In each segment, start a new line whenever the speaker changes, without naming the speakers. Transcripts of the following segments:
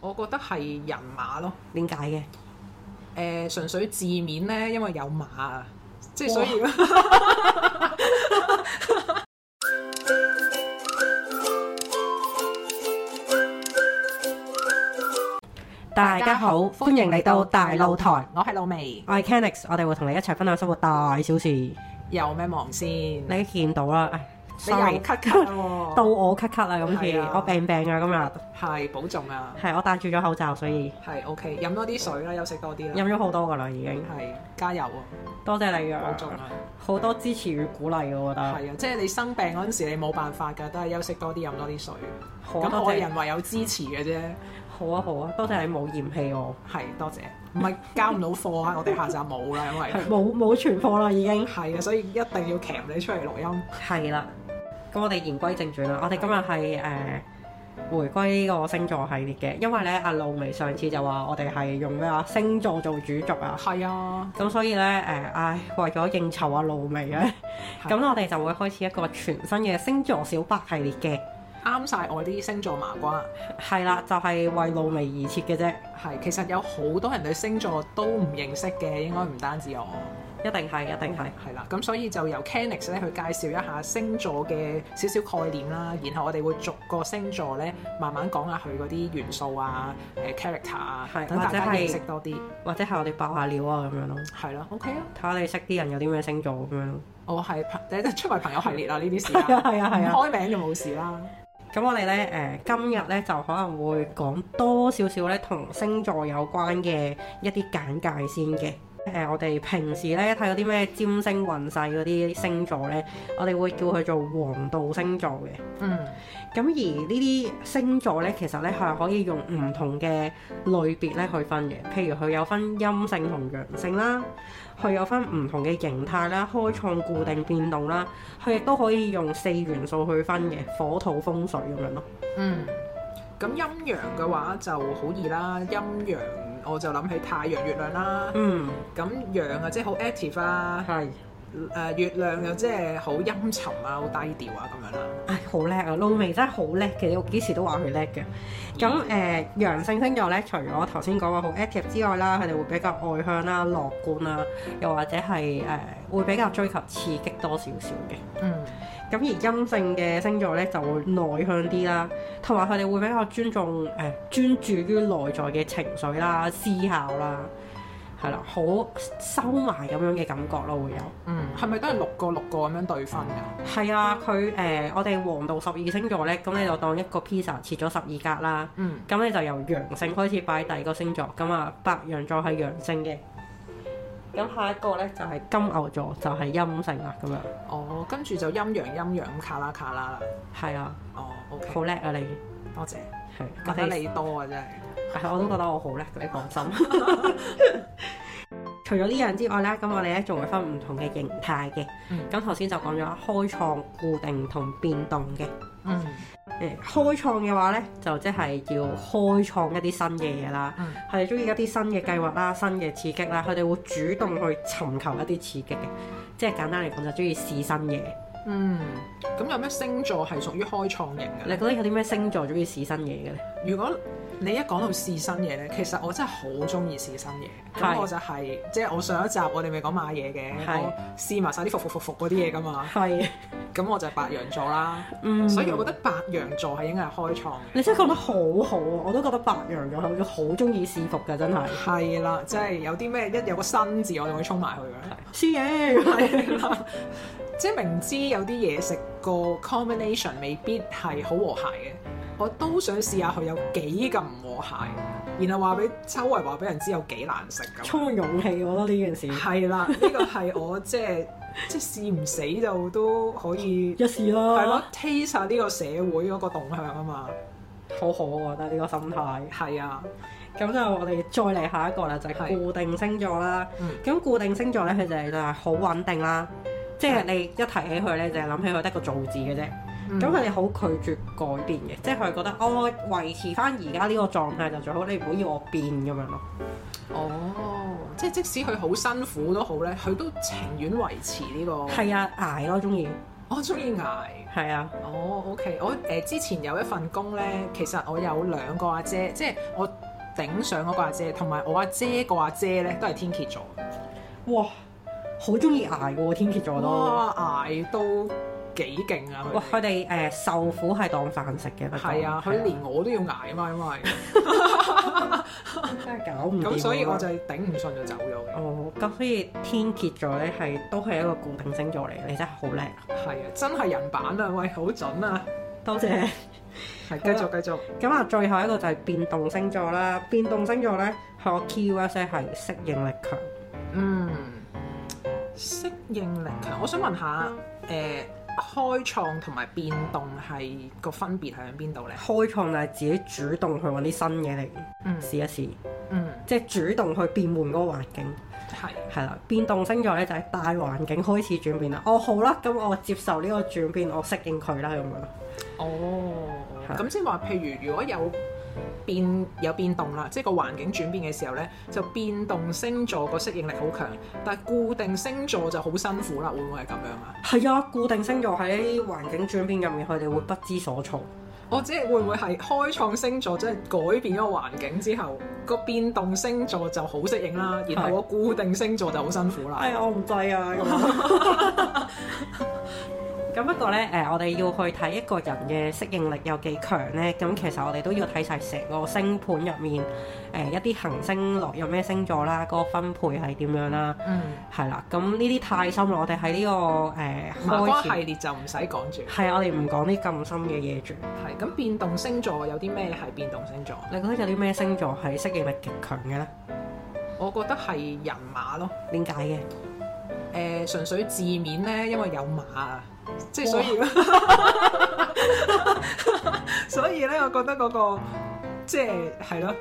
我覺得係人馬咯。
點解嘅？
誒、純粹字面咧，因為有馬啊，即係所以
大家好，歡迎嚟到大露台。
我係露媚，
我係 Canix，我哋會同你一齊分享生活大小事。你
有咩忙先？你
都見到啦，唉
又
，sorry，
咳咳啦
到
喎，
我咳咳啦，今次
係啊
我病病啊，今日
係保重啊，
係我戴住咗口罩，所以
係 OK，飲多啲水啦，休息多啲啦，
飲咗好多噶啦，已經
係加油啊，
多謝你
保重
㗎，
啊，
好多支持與鼓勵㗎，我覺得。
係啊，即係你生病嗰陣時，你冇辦法㗎，都係休息多啲，飲多啲水。
好啊
咁
多
我
謝
人，唯有支持嘅啫，
好啊好啊，多謝你冇嫌棄我，
係多謝，唔係交唔到貨啊，我哋下集冇啦， 因為
係冇冇存貨啦已經。
係啊，所以一定要鉗你出嚟錄音。
係啦，咁我哋言歸正傳啦，我哋今日係誒回歸呢個星座系列嘅，因為咧阿露媚上次就話我哋係用咩啊星座做主軸啊，
係啊，
咁所以咧誒、唉，為咗應酬阿露媚咧，
係
咁我哋就會開始一個全新嘅星座小白系列嘅，
啱晒我啲星座麻瓜。
係啦，就係、為露媚而設嘅啫，
係，其實有好多人對星座都唔認識嘅，應該唔單止我。
一定係一定係。
係啦，咁所以就由 Canix 咧去介紹一下星座嘅少少概念啦，然後我哋會逐個星座咧慢慢講下佢嗰啲元素啊、誒、character 啊，
係
等大家
或者係
認識多啲。
或者係我哋爆下料啊咁樣咯，
係啦，OK 啊，
睇下你識啲人有啲咩星座咁樣咯。
我係朋誒出埋朋友系列啦，呢啲時
係
間
啊係啊係啊
唔開名就冇事啦。
咁我哋咧誒今日咧就可能會講多少少咧同星座有關嘅一啲簡介先嘅。誒、我哋平時咧睇嗰啲咩占星運勢嗰啲星座咧，我哋會叫佢做黃道星座嘅。
嗯，
咁而呢啲星座咧，其實咧係可以用唔同嘅類別咧去分嘅，譬如佢有分陰性同陽性啦，佢有分唔同嘅形態啦，開創、固定、變動啦，佢亦都可以用四元素去分嘅，火、土、風水咁樣咯。
嗯，咁陰陽嘅話就好易啦，陰陽我就諗起太陽、月亮啦。
嗯，
咁陽啊，即係好 active 啊，
係，
誒、月亮又即係好陰沉啊，好低調啊咁樣啦。
唉，好叻啊！露媚真係好叻嘅，我幾時都話佢叻嘅。咁誒、陽性星座咧，除咗我頭先講話好 active 之外啦，佢哋會比較外向啦、樂觀啦，又或者係誒、會比較追求刺激多少少嘅。
嗯，
咁而陰性嘅星座咧就會內向啲啦，同埋佢哋會比較尊重誒、專注於內在嘅情緒啦、思考啦，係啦，好收埋咁樣嘅感覺咯，會有。
嗯，係咪都係六個六個咁樣對分㗎？
係啊，佢誒、我哋黃道十二星座咧，咁你就當一個 pizza 切咗十二格啦，
嗯，
咁你就由陽性開始擺第二個星座，咁啊白羊座係陽性嘅，咁下一個咧就係、金牛座就係、陰性啦，咁樣
哦，跟住就陰陽陰陽咁卡啦卡啦啦。
係啊，
哦，OK，
好叻啊你，
多謝，
係
覺
我
得
哋
你多啊真係。
係我都覺得我好叻，你放心。 除咗呢樣之外咧，咁我哋咧仲會分唔同嘅形態嘅
嗯，
咁頭先就講咗開創、固定同變動嘅。
嗯
誒開創嘅話咧，就即係要開創一啲新嘅嘢啦。
嗯
佢哋中意一啲新嘅計劃啦、新嘅刺激啦，佢哋會主動去尋求一啲刺激嘅，即係簡單嚟講就中意試新嘢。
嗯，咁有咩星座係屬於開創型嘅咧？
你覺得有啲咩星座中意試新嘢嘅咧？
如果你一講到試新嘢咧，其實我真係好中意試新嘢。
係
咁我就係、即係我上一集我哋咪講買嘢嘅，
係
我試埋晒啲服服服服嗰啲嘢㗎嘛。
係，
咁我就係白羊座啦。
嗯，
所以我覺得白羊座係應該係開創嘅。
你真係講得好好啊！我都覺得白羊座佢好中意試服㗎，真係。
係啦，即係有啲咩一有個新字，我就會衝埋去㗎。
試嘢，
係啦， 即係明知有啲嘢食個 combination 未必係好和諧嘅，我都想試下佢有幾咁唔和諧，然後話俾周圍話俾人知有幾難食咁。
充滿勇氣，我覺得呢件事
係啦，呢個係我即係 即係試唔死就都可以
一試啦，
係咯，，taste 下呢個社會嗰個動向啊嘛。
好好啊我覺得呢個心態。
係啊，
咁就我哋再嚟下一個啦，就係、
係
固定星座啦
嗯。
咁、固定星座咧，佢就係就係好穩定啦。即係你一提起佢咧，就係諗起佢得個造字嘅啫。
嗯
咁佢哋好拒絕改變嘅，即係佢覺得哦，維持翻而家呢個狀態就最好，你唔好要我變咁樣咯。
哦，即係即使佢好辛苦都好咧，佢都情願維持呢、個。
係啊，捱咯，中意。
我中意捱。
係啊，
哦，OK，我誒、呃之前有一份工咧，其實我有兩個阿姐，即係我頂上嗰個阿姐，同埋我阿姐個阿姐咧都係天蝎座。
哇，好中意捱嘅喎，天蝎座都。
哇，捱都幾勁啊！
哇！
佢
佢哋誒受苦係當飯食嘅，不過
哋係啊，佢連我都要捱啊嘛，因 為
真係搞唔掂啊
咁，
喎
所以我就係頂唔順就走咗嘅。
哦，咁所以天蝎座咧係都係一個固定星座嚟，你真係好叻，
係啊，真係人版啊，喂，好準啊！
多謝。
係繼續繼續，
咁啊，最後一個就係變動星座啦。變動星座咧，佢個 keyword 咧係適應力強。
嗯，適應力強。我想問下，誒、開創同埋變動係個分別係喺邊度咧？
開創就係自己主動去揾啲新嘢嚟
嗯
試一試，
嗯，
即係主動去變換嗰個環境。
係。
係啦，變動星座咧就係大環境開始轉變啦。哦，好啦，咁我接受呢個轉變，我適應佢啦咁樣。
哦，
係
咁即係話，譬如如果有變有變動啦，即係個環境轉變嘅時候咧，就變動星座個適應力好強，但係固定星座就好辛苦啦，會唔會係咁樣啊？
係啊，固定星座喺環境轉變入面，佢哋會不知所措。
我哦即係會唔會係開創星座即係改變咗個環境之後，個變動星座就好適應啦，然後
係
個固定星座就好辛苦
哎
啦。
呀，我唔制啊！咁樣咁不過呢，誒、我哋要去睇一個人嘅適應力有幾強呢。咁其實我哋都要睇晒成個星盤入面，誒、一啲行星落入咩星座啦，嗰、個分配係點樣啦，
嗯，
係啦。咁呢啲太深啦，我哋喺呢個
麻
誒、
瓜系
開始
列就唔使講住，
係啊我哋唔講啲咁深嘅嘢住。
係咁變動星座有啲咩係變動星座？
你覺得有啲咩星座係適應力極強嘅呢？
我覺得係人馬咯。
點解嘅？
誒、純粹字面咧，因為有馬啊，即係所以， 所以咧，我覺得嗰、個即係係咯，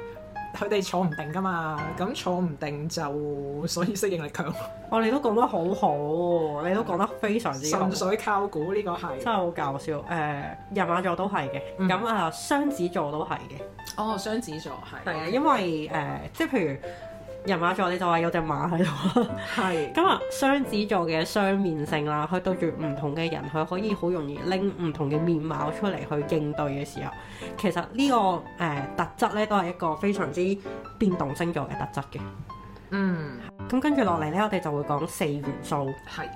佢哋坐唔定噶嘛，咁坐唔定就所以適應力強，
我哋都講得好好，你都講得非常之好
純。粹靠估呢個係。
真係好搞笑，誒、人馬座都係嘅，
嗯
咁啊、雙子座都係嘅，
哦，雙子座係，
係啊，因為誒、即係譬如人馬座你就話有隻馬喺度 啦，
係，
咁啊雙子座嘅雙面性啦，佢對住唔同嘅人，佢可以好容易拎唔同嘅面貌出嚟去應對嘅時候，其實呢、個誒、特質咧都係一個非常之變動星座嘅特質嘅。
嗯，
咁跟住落嚟呢，我哋就會講四元素。
係，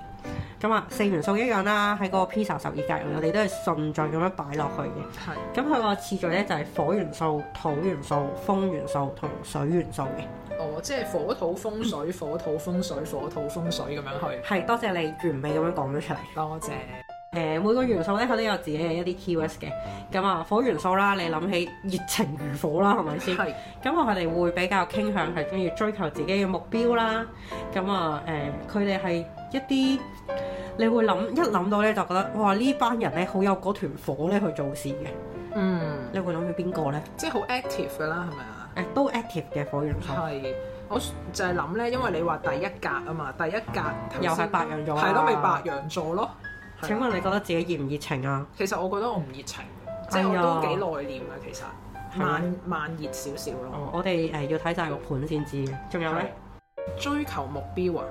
咁啊，四元素一樣啦，喺個 pizza 十二格入面，我哋都係順序咁樣擺落去嘅。
係，
咁佢個次序咧就係、火元素、土元素、風元素同水元素嘅。
哦，即係火土風水，火土風水，火土風水咁樣去，
係多謝你完美咁樣講咗出嚟。誒、
多謝，
每個元素咧佢都有自己嘅一啲 keywords 嘅。咁啊，火元素啦，你諗起熱情如火啦，係咪先？
係，
咁我哋會比較傾向係中意追求自己嘅目標啦。咁啊誒，佢哋係一啲你會諗一諗到咧就覺得哇呢班人咧好有嗰團火咧去做事嘅。
嗯，
你會諗起邊個咧？
即係好 active 噶啦，係咪啊？
誒、都 active 嘅火元素，
係，我就係諗咧，因為你話第一格啊嘛，第一格頭先
又係白羊座啊
係咯，咪白羊座咯。係啊
請問你覺得自己熱唔熱情啊？
其實我覺得我唔熱情，即係
哎呀
我都幾內斂嘅，啊其實
咩
慢慢熱少少咯。
哦，我哋誒、要睇晒個盤先知嘅。仲有咧，
係追求目標啊，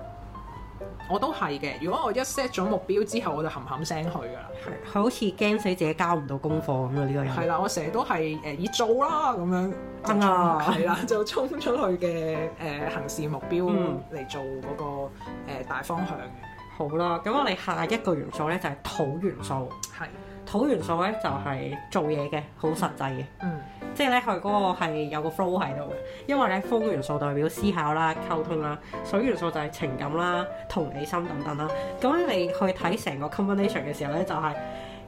我都係嘅。如果我一 set 咗目標之後，我就冚冚聲去㗎啦。
係佢好似驚死自己交唔到功課咁啊樣呢個人。
係啦，我成日都係呃誒以做啦咁樣就衝，
啱啊
係啦，就衝出去嘅誒行事目標
嗯
嚟做嗰個誒大方向嘅，
好啦，咁我哋下一個元素咧就係、土元素。
係
土元素咧就係、做嘢嘅，好實際嘅，
嗯
即係咧佢嗰個係有個 flow 喺度嘅。因為咧風元素代表思考啦、溝通啦，水元素就係情感啦、同理心等等啦。咁咧你去睇成個 combination 嘅時候咧，就係、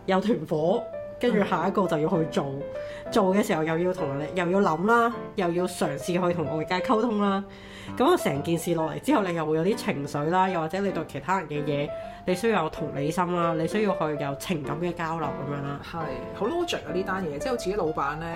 有團火。跟住下一個就要去做，做嘅時候又要同人哋，又要諗啦，又要嘗試去同外界溝通啦。咁啊，成件事落嚟之後，你又會有啲情緒啦，又或者你對其他人嘅嘢，你需要有同理心啦，你需要去有情感嘅交流咁樣啦。
係好 logic 啊！呢單嘢，即係好似啲老闆咧，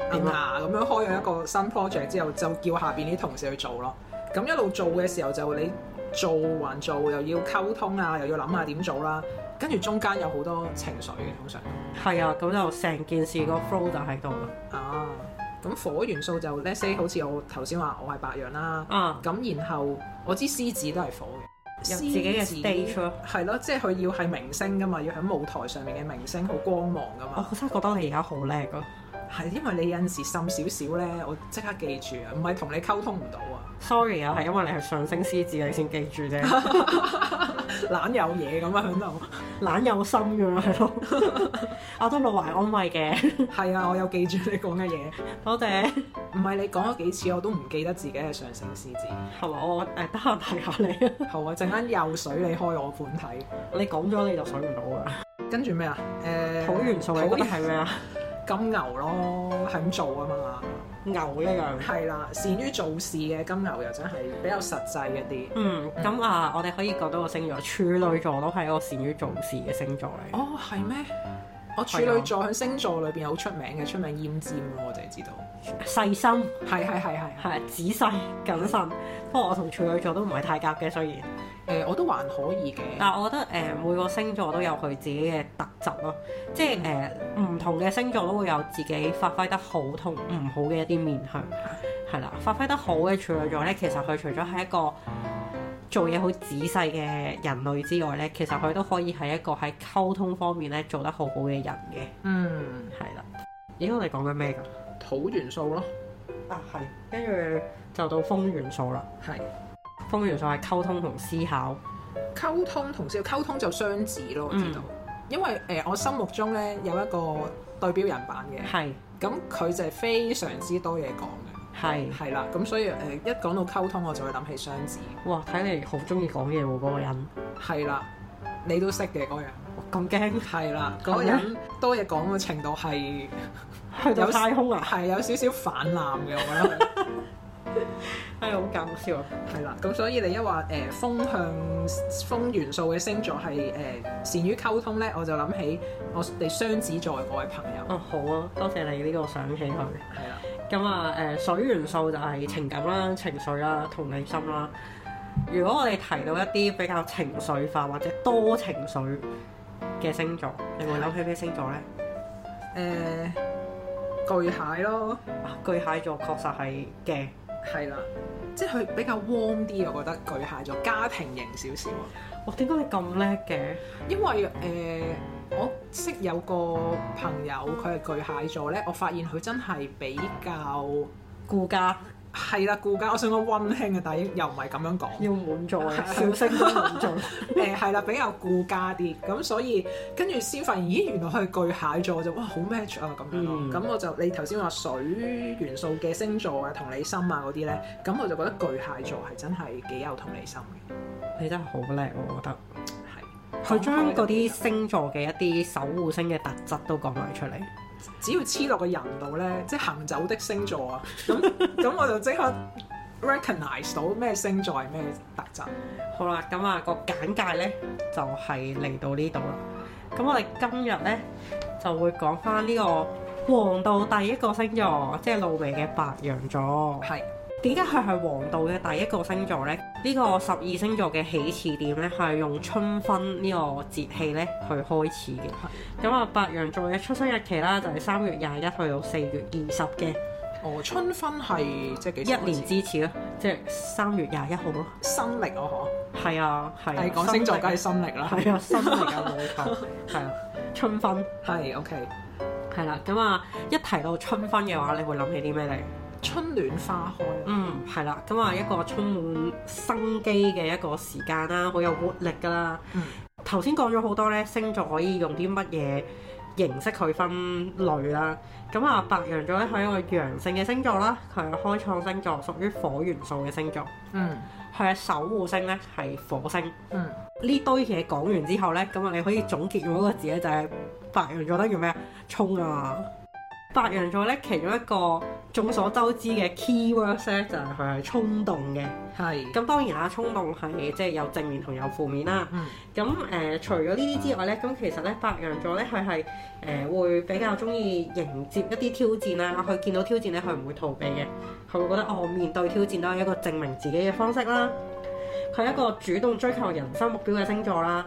阿
點
牙咁樣開咗一個新 project 之後，就叫下邊啲同事去做咯。咁一路做嘅時候就你做還做，又要溝通啊，又要諗下點做啦。跟住中間有好多情緒嘅，通常
係啊，咁就成件事個 flow 就喺度啦。
啊。咁火元素就 let's say 好似我頭先話我係白羊啦，
啊，
咁然後我知獅子都係火嘅，
有自己嘅 stage 咯。
係咯，即係佢要係明星噶嘛，要喺舞台上面嘅明星好光芒噶
我
嘛。
真係覺得你而家好叻啊咯，
係因為你有陣時滲少少咧，我即刻記住啊，唔係同你溝通唔到 啊，
sorry 啊，係因為你係上升獅子，你先記住啫，
懶有嘢咁啊樣喺度。
懶有心咁樣係咯，我都老懷安慰嘅，
係啊，我有記住你講嘅嘢，
多謝，
唔係你講咗幾次我都唔記得自己係上升獅子。
係咪我誒得閒提下你啊？
好啊，陣間又水你開我款睇，
你講咗你就水唔到㗎啦，
跟住咩啊？誒、
土元素你覺
土
得
元
係咩啊？
金牛咯，係咁做啊嘛。
牛一樣。
係啦，善於做事嘅金牛又真係比較實際一啲。
嗯，咁啊，我哋可以講到個星座，處女座都係一個善於做事嘅星座嚟。
哦，係咩？我處女座喺星座裏邊好出名嘅，出名奄尖咯，我哋知道。
細心
係係係係。誒、
係仔細謹慎，不過我同處女座都唔係太夾嘅，雖然，
我都還可以嘅。
但係我覺得誒、呃每個星座都有佢自己嘅特質咯，即係誒唔同嘅星座都會有自己發揮得好同唔好嘅一啲面向，係啦，發揮得好嘅處女座咧，其實佢除咗係一個做嘢好仔細嘅人類之外咧，其實佢都可以係一個喺溝通方面咧做得好好嘅人嘅。
嗯，
係啦。咦，我哋講緊咩㗎？
土元素咯，
啊，係。跟住就到風元素啦。
係
風元素係溝通同思考。
溝通同時溝通就雙子咯，我知道。因為誒、我心目中咧有一個對標人版嘅，
係
咁佢就係非常之多嘢講嘅，
係。
係啦。咁所以誒、一講到溝通，我就會諗起雙子，
哇，睇嚟好中意講嘢喎，嗰個人。
係啦，你都識嘅嗰樣，
哇咁驚，
係啦，嗰個人多嘢講嘅程度係。
去到
有
太空啊！
係有少少反濫嘅，我覺得佢
係好搞笑啊！
係啦。咁所以你一話誒、風向風元素嘅星座係誒、善於溝通咧，我就諗起我哋雙子座嘅嗰位朋友
哦，好啊，多謝你呢個想起佢。
係啦。
咁啊，誒、水元素就係情感啦、情緒啦、同理心啦。如果我哋提到一啲比較情緒化或者多情緒嘅星座，你會諗起咩星座呢？
誒、巨蟹咯，
啊巨蟹座確實係嘅，
係啦，即係佢比較 warm 啲，我覺得巨蟹座家庭型少少啊。
哇！點解你咁叻嘅？
因為誒、呃我識有個朋友佢係巨蟹座咧，我發現佢真係比較
顧家
係啦顧家，我想講溫馨嘅，但係又唔係咁樣 講。
要滿座啊嘅，笑聲都滿 座。
誒係啦，比較顧家啲，咁所以跟住先發現，咦原來佢係巨蟹座就哇好 match 啊咁樣咯。
嗯
咁、我就你頭先話水元素嘅星座啊、同理心啊嗰啲咧，咁我就覺得巨蟹座係真係幾有同理心嘅，
你真係好叻，我覺得。
係
佢將嗰啲星座嘅一啲守護星嘅特質都講埋出嚟。
只要黐落個人度咧，即係行走的星座啊，咁 咁我就即刻 recognize 到咩星座係咩特質。
好啦，咁啊個簡介呢就係、嚟到呢度啦。咁我哋今日呢就會講翻呢個黃道第一個星座，即係露媚嘅白羊座。
係
點解佢係黃道嘅第一個星座呢？呢、個十二星座嘅起始點呢，係用春分呢個節氣呢去開始嘅。咁啊，白羊座嘅出生日期啦，就係三月廿一去到四月二十嘅
哦，春分係即係幾時
一年
開始
之始咯，即係三月廿一號咯。
新曆哦
係啊，係
嗬，
啊
係講星座
新
梗
曆
係新曆啦，
係啊，新嚟㗎冇錯，係啊，春分
係 OK。
係啦，咁啊，一提到春分嘅話，你會諗起啲咩嚟？
春暖花開啊，
嗯，係啦，咁啊，一個充滿生機嘅一個時間啦，好有活力噶啦
嗯。
頭先講咗好多咧，星座可以用啲乜嘢形式去分類啦。咁啊，白羊座咧係一個陽性嘅星座啦，佢係開創星座，屬於火元素嘅星座，
嗯
佢嘅守護星咧係火星。
嗯，
呢堆嘢講完之後呢，咁啊你可以總結用一個字咧，就係、白羊座得叫咩啊？衝啊！白羊座呢，其中一個眾所周知嘅 key words 咧，就係佢係衝動嘅。
嗯係，
咁當然啦，衝動係即係有正面同有負面啦。
嗯
咁誒、呃除咗呢啲之外呢，咁其實呢，白羊座呢，佢係誒會比較中意迎接一啲挑戰啦。佢見到挑戰呢，佢唔會逃避嘅，佢會覺得哦，面對挑戰都係一個證明自己嘅方式啦。啊佢係一個主動追求人生目標嘅星座啦。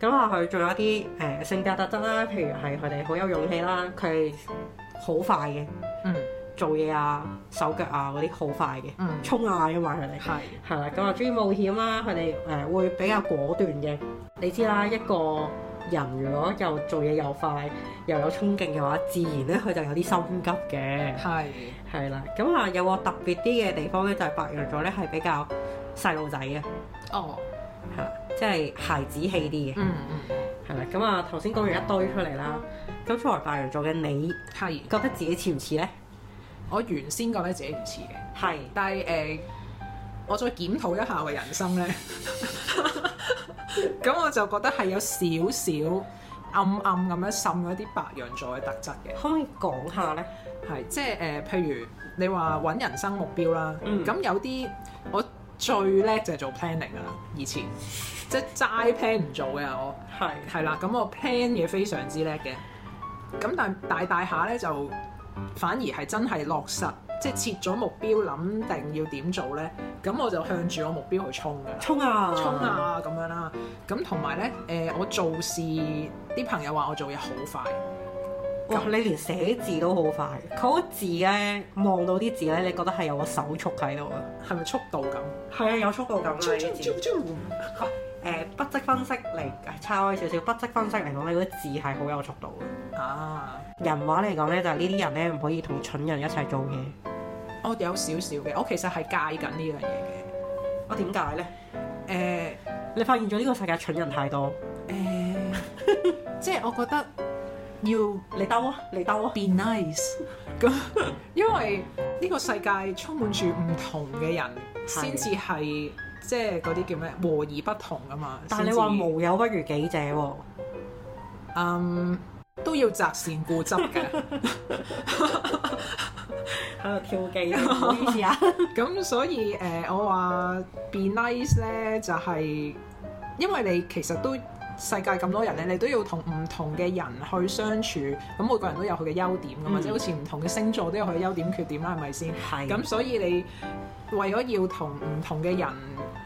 咁啊，佢仲有一啲誒、呃性格特質啦，譬如係佢哋好有勇氣啦，佢係好快嘅，
嗯
做嘢啊、手腳啊嗰啲好快嘅，
嗯，
衝啊因為佢哋。
係，
係啦，咁啊中意冒險啦，佢哋誒會比較果斷嘅。你知啦，一個人如果又做嘢又快又有衝勁嘅話，自然咧佢就有啲心急嘅。
係，
係啦，咁啊有個特別啲嘅地方咧，就係白羊座咧係比較細路仔嘅，
哦，
係啦，即係孩子氣啲嘅。
嗯嗯，
係啦，咁啊頭先講完一堆出嚟啦，咁作為白羊座嘅你，
係。
覺得自己似唔似呢？
我原先覺得自己唔似嘅，
係
但係誒、呃我再檢討一下我嘅人生咧， 咁我就覺得係有少少暗暗咁樣滲咗啲白羊座嘅特質嘅。
可唔可以講下呢？
係即係誒、呃譬如你話揾人生目標啦，
嗯
咁、有啲我最叻就係做 planning 噶啦，以前即係齋 plan 唔做嘅我，
係
係啦，咁我 plan 嘢非常之叻嘅，咁但係大大下咧就反而係真係落實，即係設咗目標，諗定要點做咧，咁我就向住我目標去衝噶啦。
衝啊！
衝！啊咁樣啦，咁同埋咧，誒、我做事啲朋友話我做嘢好快，
哇！你連寫字都好快，佢嗰字咧望到啲字咧，你覺得係有個手速喺度啊？
係咪速度咁？
係啊，有速度感啊！
啾
啲
啾
字
啾啾
誒筆跡分析嚟誒岔開少少，筆跡分析嚟講，你嗰啲字係好有速度嘅。
啊！
人話嚟講咧，就係呢啲人咧唔可以同蠢人一齊做嘢。
我哦有少少嘅，我其實係戒緊呢樣嘢嘅。
我點解咧？
誒、
你發現咗呢個世界蠢人太多，
誒、 即係我覺得要
你兜啊，你兜啊！
be nice 咁，因為呢個世界充滿住唔同嘅人，
係
先至係即係嗰啲叫咩和而不同啊嘛。
但係你
先至
話無有不如己者喎、
嗯都要擇善固執嘅，
喺度跳 機，唔好意思啊。
咁所以誒、呃我話 be nice 咧就係、因為你其實都世界咁多人咧，你都要同唔同嘅人去相處，咁每個人都有佢嘅優點噶嘛，
嗯
即係好似唔同嘅星座都有佢嘅優點缺點啦，係咪先？
係
咁所以你為咗要同唔同嘅人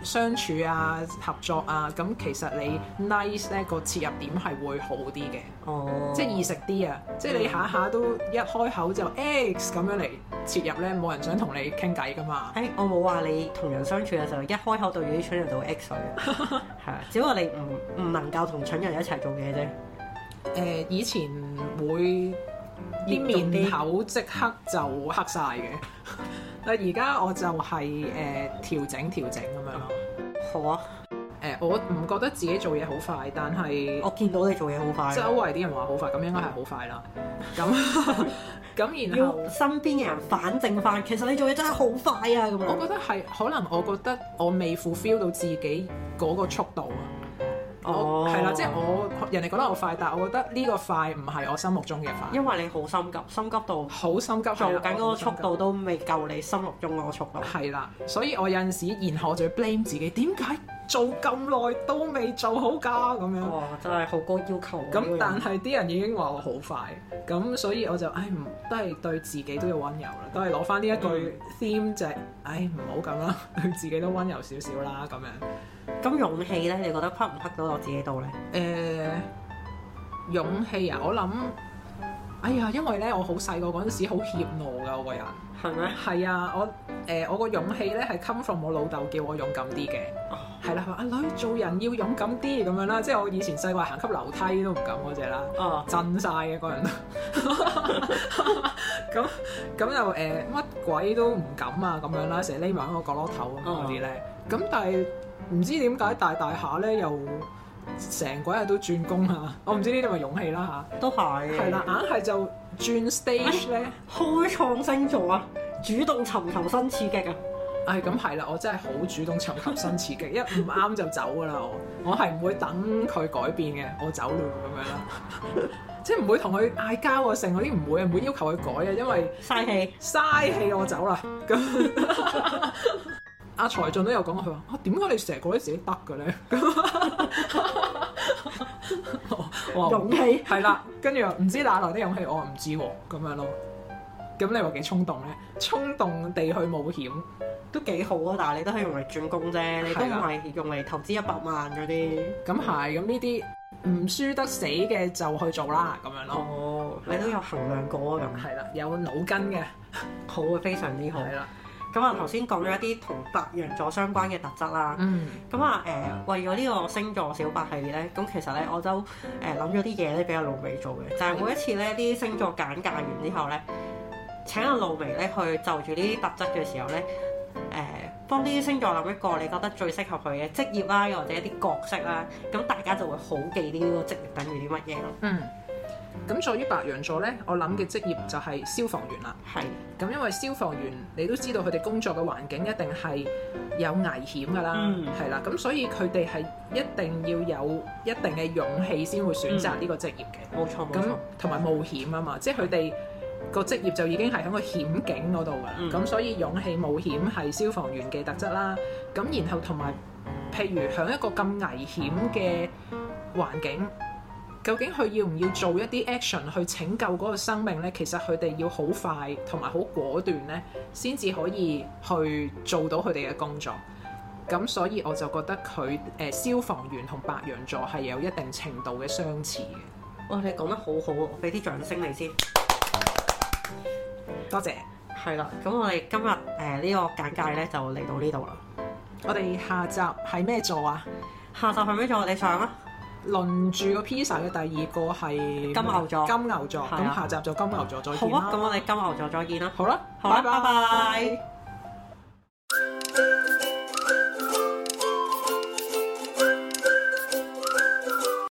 相處啊、合作啊，咁其實你 nice 咧個切入點係會好啲嘅，
哦，嗯
即係易食啲啊！即係你下下都一開口就 X 咁樣嚟切入咧，冇人想同你傾偈噶嘛。
誒，哎我冇話你同人相處嘅時候，一開口對住啲蠢人就會 X 佢嘅，係啊，只不過你唔唔能夠同蠢人一齊做嘢啫。
誒、以前會啲面口即刻就黑晒嘅，但而家我就係、誒、調整調整咁樣咯。
好啊，
誒、我唔覺得自己做嘢好快，但係
我見到你做嘢好
周
快，
圍啲人話好快，咁應該係好快啦。咁咁 然後
哦要，身邊嘅人反證翻，其實你做嘢真係好快啊咁
我
樣。
覺得係可能我覺得我未 fulfill 到自己嗰個速度啊。
哦
我係啦，即係我人哋覺得我快，但係我覺得呢個快唔係我心目中嘅快，
因為你好心急，心急到做
好心急係啦啊
緊嗰個速。
我好
度都未夠你心目中嗰個速度。
心急係啦，所以我有陣時，然後我就會 blame 自己，點解做咁耐都未做好㗎咁樣。
哇！真係哦好高要求啊。呢個
咁
人
但係啲人已經話我好快，咁所以我就唉唔都係對自己都要温柔啦，都係攞翻呢一句
嗯
theme 就係、唉唔好咁啦， 對自己都温柔少少啦咁樣。
咁勇氣咧，你覺得匹唔匹到我自己度咧？
誒、勇氣啊！我諗，哎呀，因為咧我好細個嗰陣時好怯懦㗎，我個人
係咩？
係啊，我誒、我個勇氣咧係 come from 我老豆叫我勇敢啲嘅，係啦、佢話阿女做人要勇敢啲咁樣啦，即係我以前細個係行級樓梯都唔敢嗰只啦。
哦，
震晒嘅個人都，咁咁就誒乜、鬼都唔敢啊咁樣啦，成日匿埋喺個角落頭咁嗰啲咧。咁但係唔知點解大大下咧又成鬼日都轉工啊！我唔知呢啲係咪勇氣啦
都係。
吓，係啦，硬係就轉 stage 咧。
開創星座啊，主動尋求新刺激啊！
唉，咁係啦，我真係好主動尋求新刺激，一唔啱就走噶啦，我我係唔會等佢改變嘅，我走啦咁樣啦，即係唔會同佢嗌交啊，成嗰啲唔會啊，唔會要求佢改啊，因為
嘥氣，
嘥氣我走啦。咁阿財俊都有講過，佢話：啊，點解你成日覺得自己得嘅咧？我我話
勇氣
係啦，跟住又唔知哪來的勇氣，我話唔知喎，咁樣咯。咁你話幾衝動咧？衝動地去冒險。
都幾好啊！但係你都係用嚟轉工啫，你都唔
係啦
係啊用嚟投資一百萬嗰啲。
咁係，咁呢啲唔輸得死嘅就去做啦，咁樣咯。
哦，你都有衡量過啊咁。
係啦，有腦筋嘅，
好啊，非常之好。
係啦，
咁啊，頭先講咗一啲同白羊座相關嘅特質啦。
嗯，
咁啊，誒、為咗呢個星座小白系列咧，咁其實咧我都誒諗咗啲嘢咧俾阿露媚做嘅，就係、每一次咧啲星座簡介完之後咧，請阿露媚咧去就住呢啲特質嘅時候咧，誒、幫呢啲星座諗一個你覺得最適合佢嘅職業啦，又或者一啲角色啦，咁大家就會好記呢個職業等於啲乜嘢咯。
嗯。咁在於白羊座呢，我諗嘅職業就係消防員啦。
係
咁因為消防員，你都知道佢哋工作嘅環境一定係有危險㗎啦，
嗯
係啦、咁所以佢哋係一定要有一定嘅勇氣先會選擇呢個職業嘅。
冇錯冇
咁
錯，
同埋冒險啊嘛，即係佢哋個職業就已經係喺個險境嗰度㗎啦。
嗯
咁、所以勇氣冒險係消防員嘅特質啦。咁然後同埋譬如喺一個咁危險嘅環境。究竟佢要唔要做一啲 action 去拯救嗰個生命呢？其實佢哋要好快同埋好果斷呢，先至可以去做到佢哋嘅工作。咁所以我就覺得佢誒、呃消防員同白羊座係有一定程度嘅相似嘅。
哇！你講得好好喎，我俾啲掌聲你先。
多謝，
係啦，咁我哋今日誒呢個簡介咧就嚟到呢度啦。
我哋下集係咩座啊？
下集係咩座？你上啊！
輪住個 pizza 嘅第二個係
金牛座
金牛座
係
咁
啊
下集就金牛座再
好
見
啊，咁
啦。
我哋金牛座再見啦。
好啦，
好啦，啊
拜
拜拜。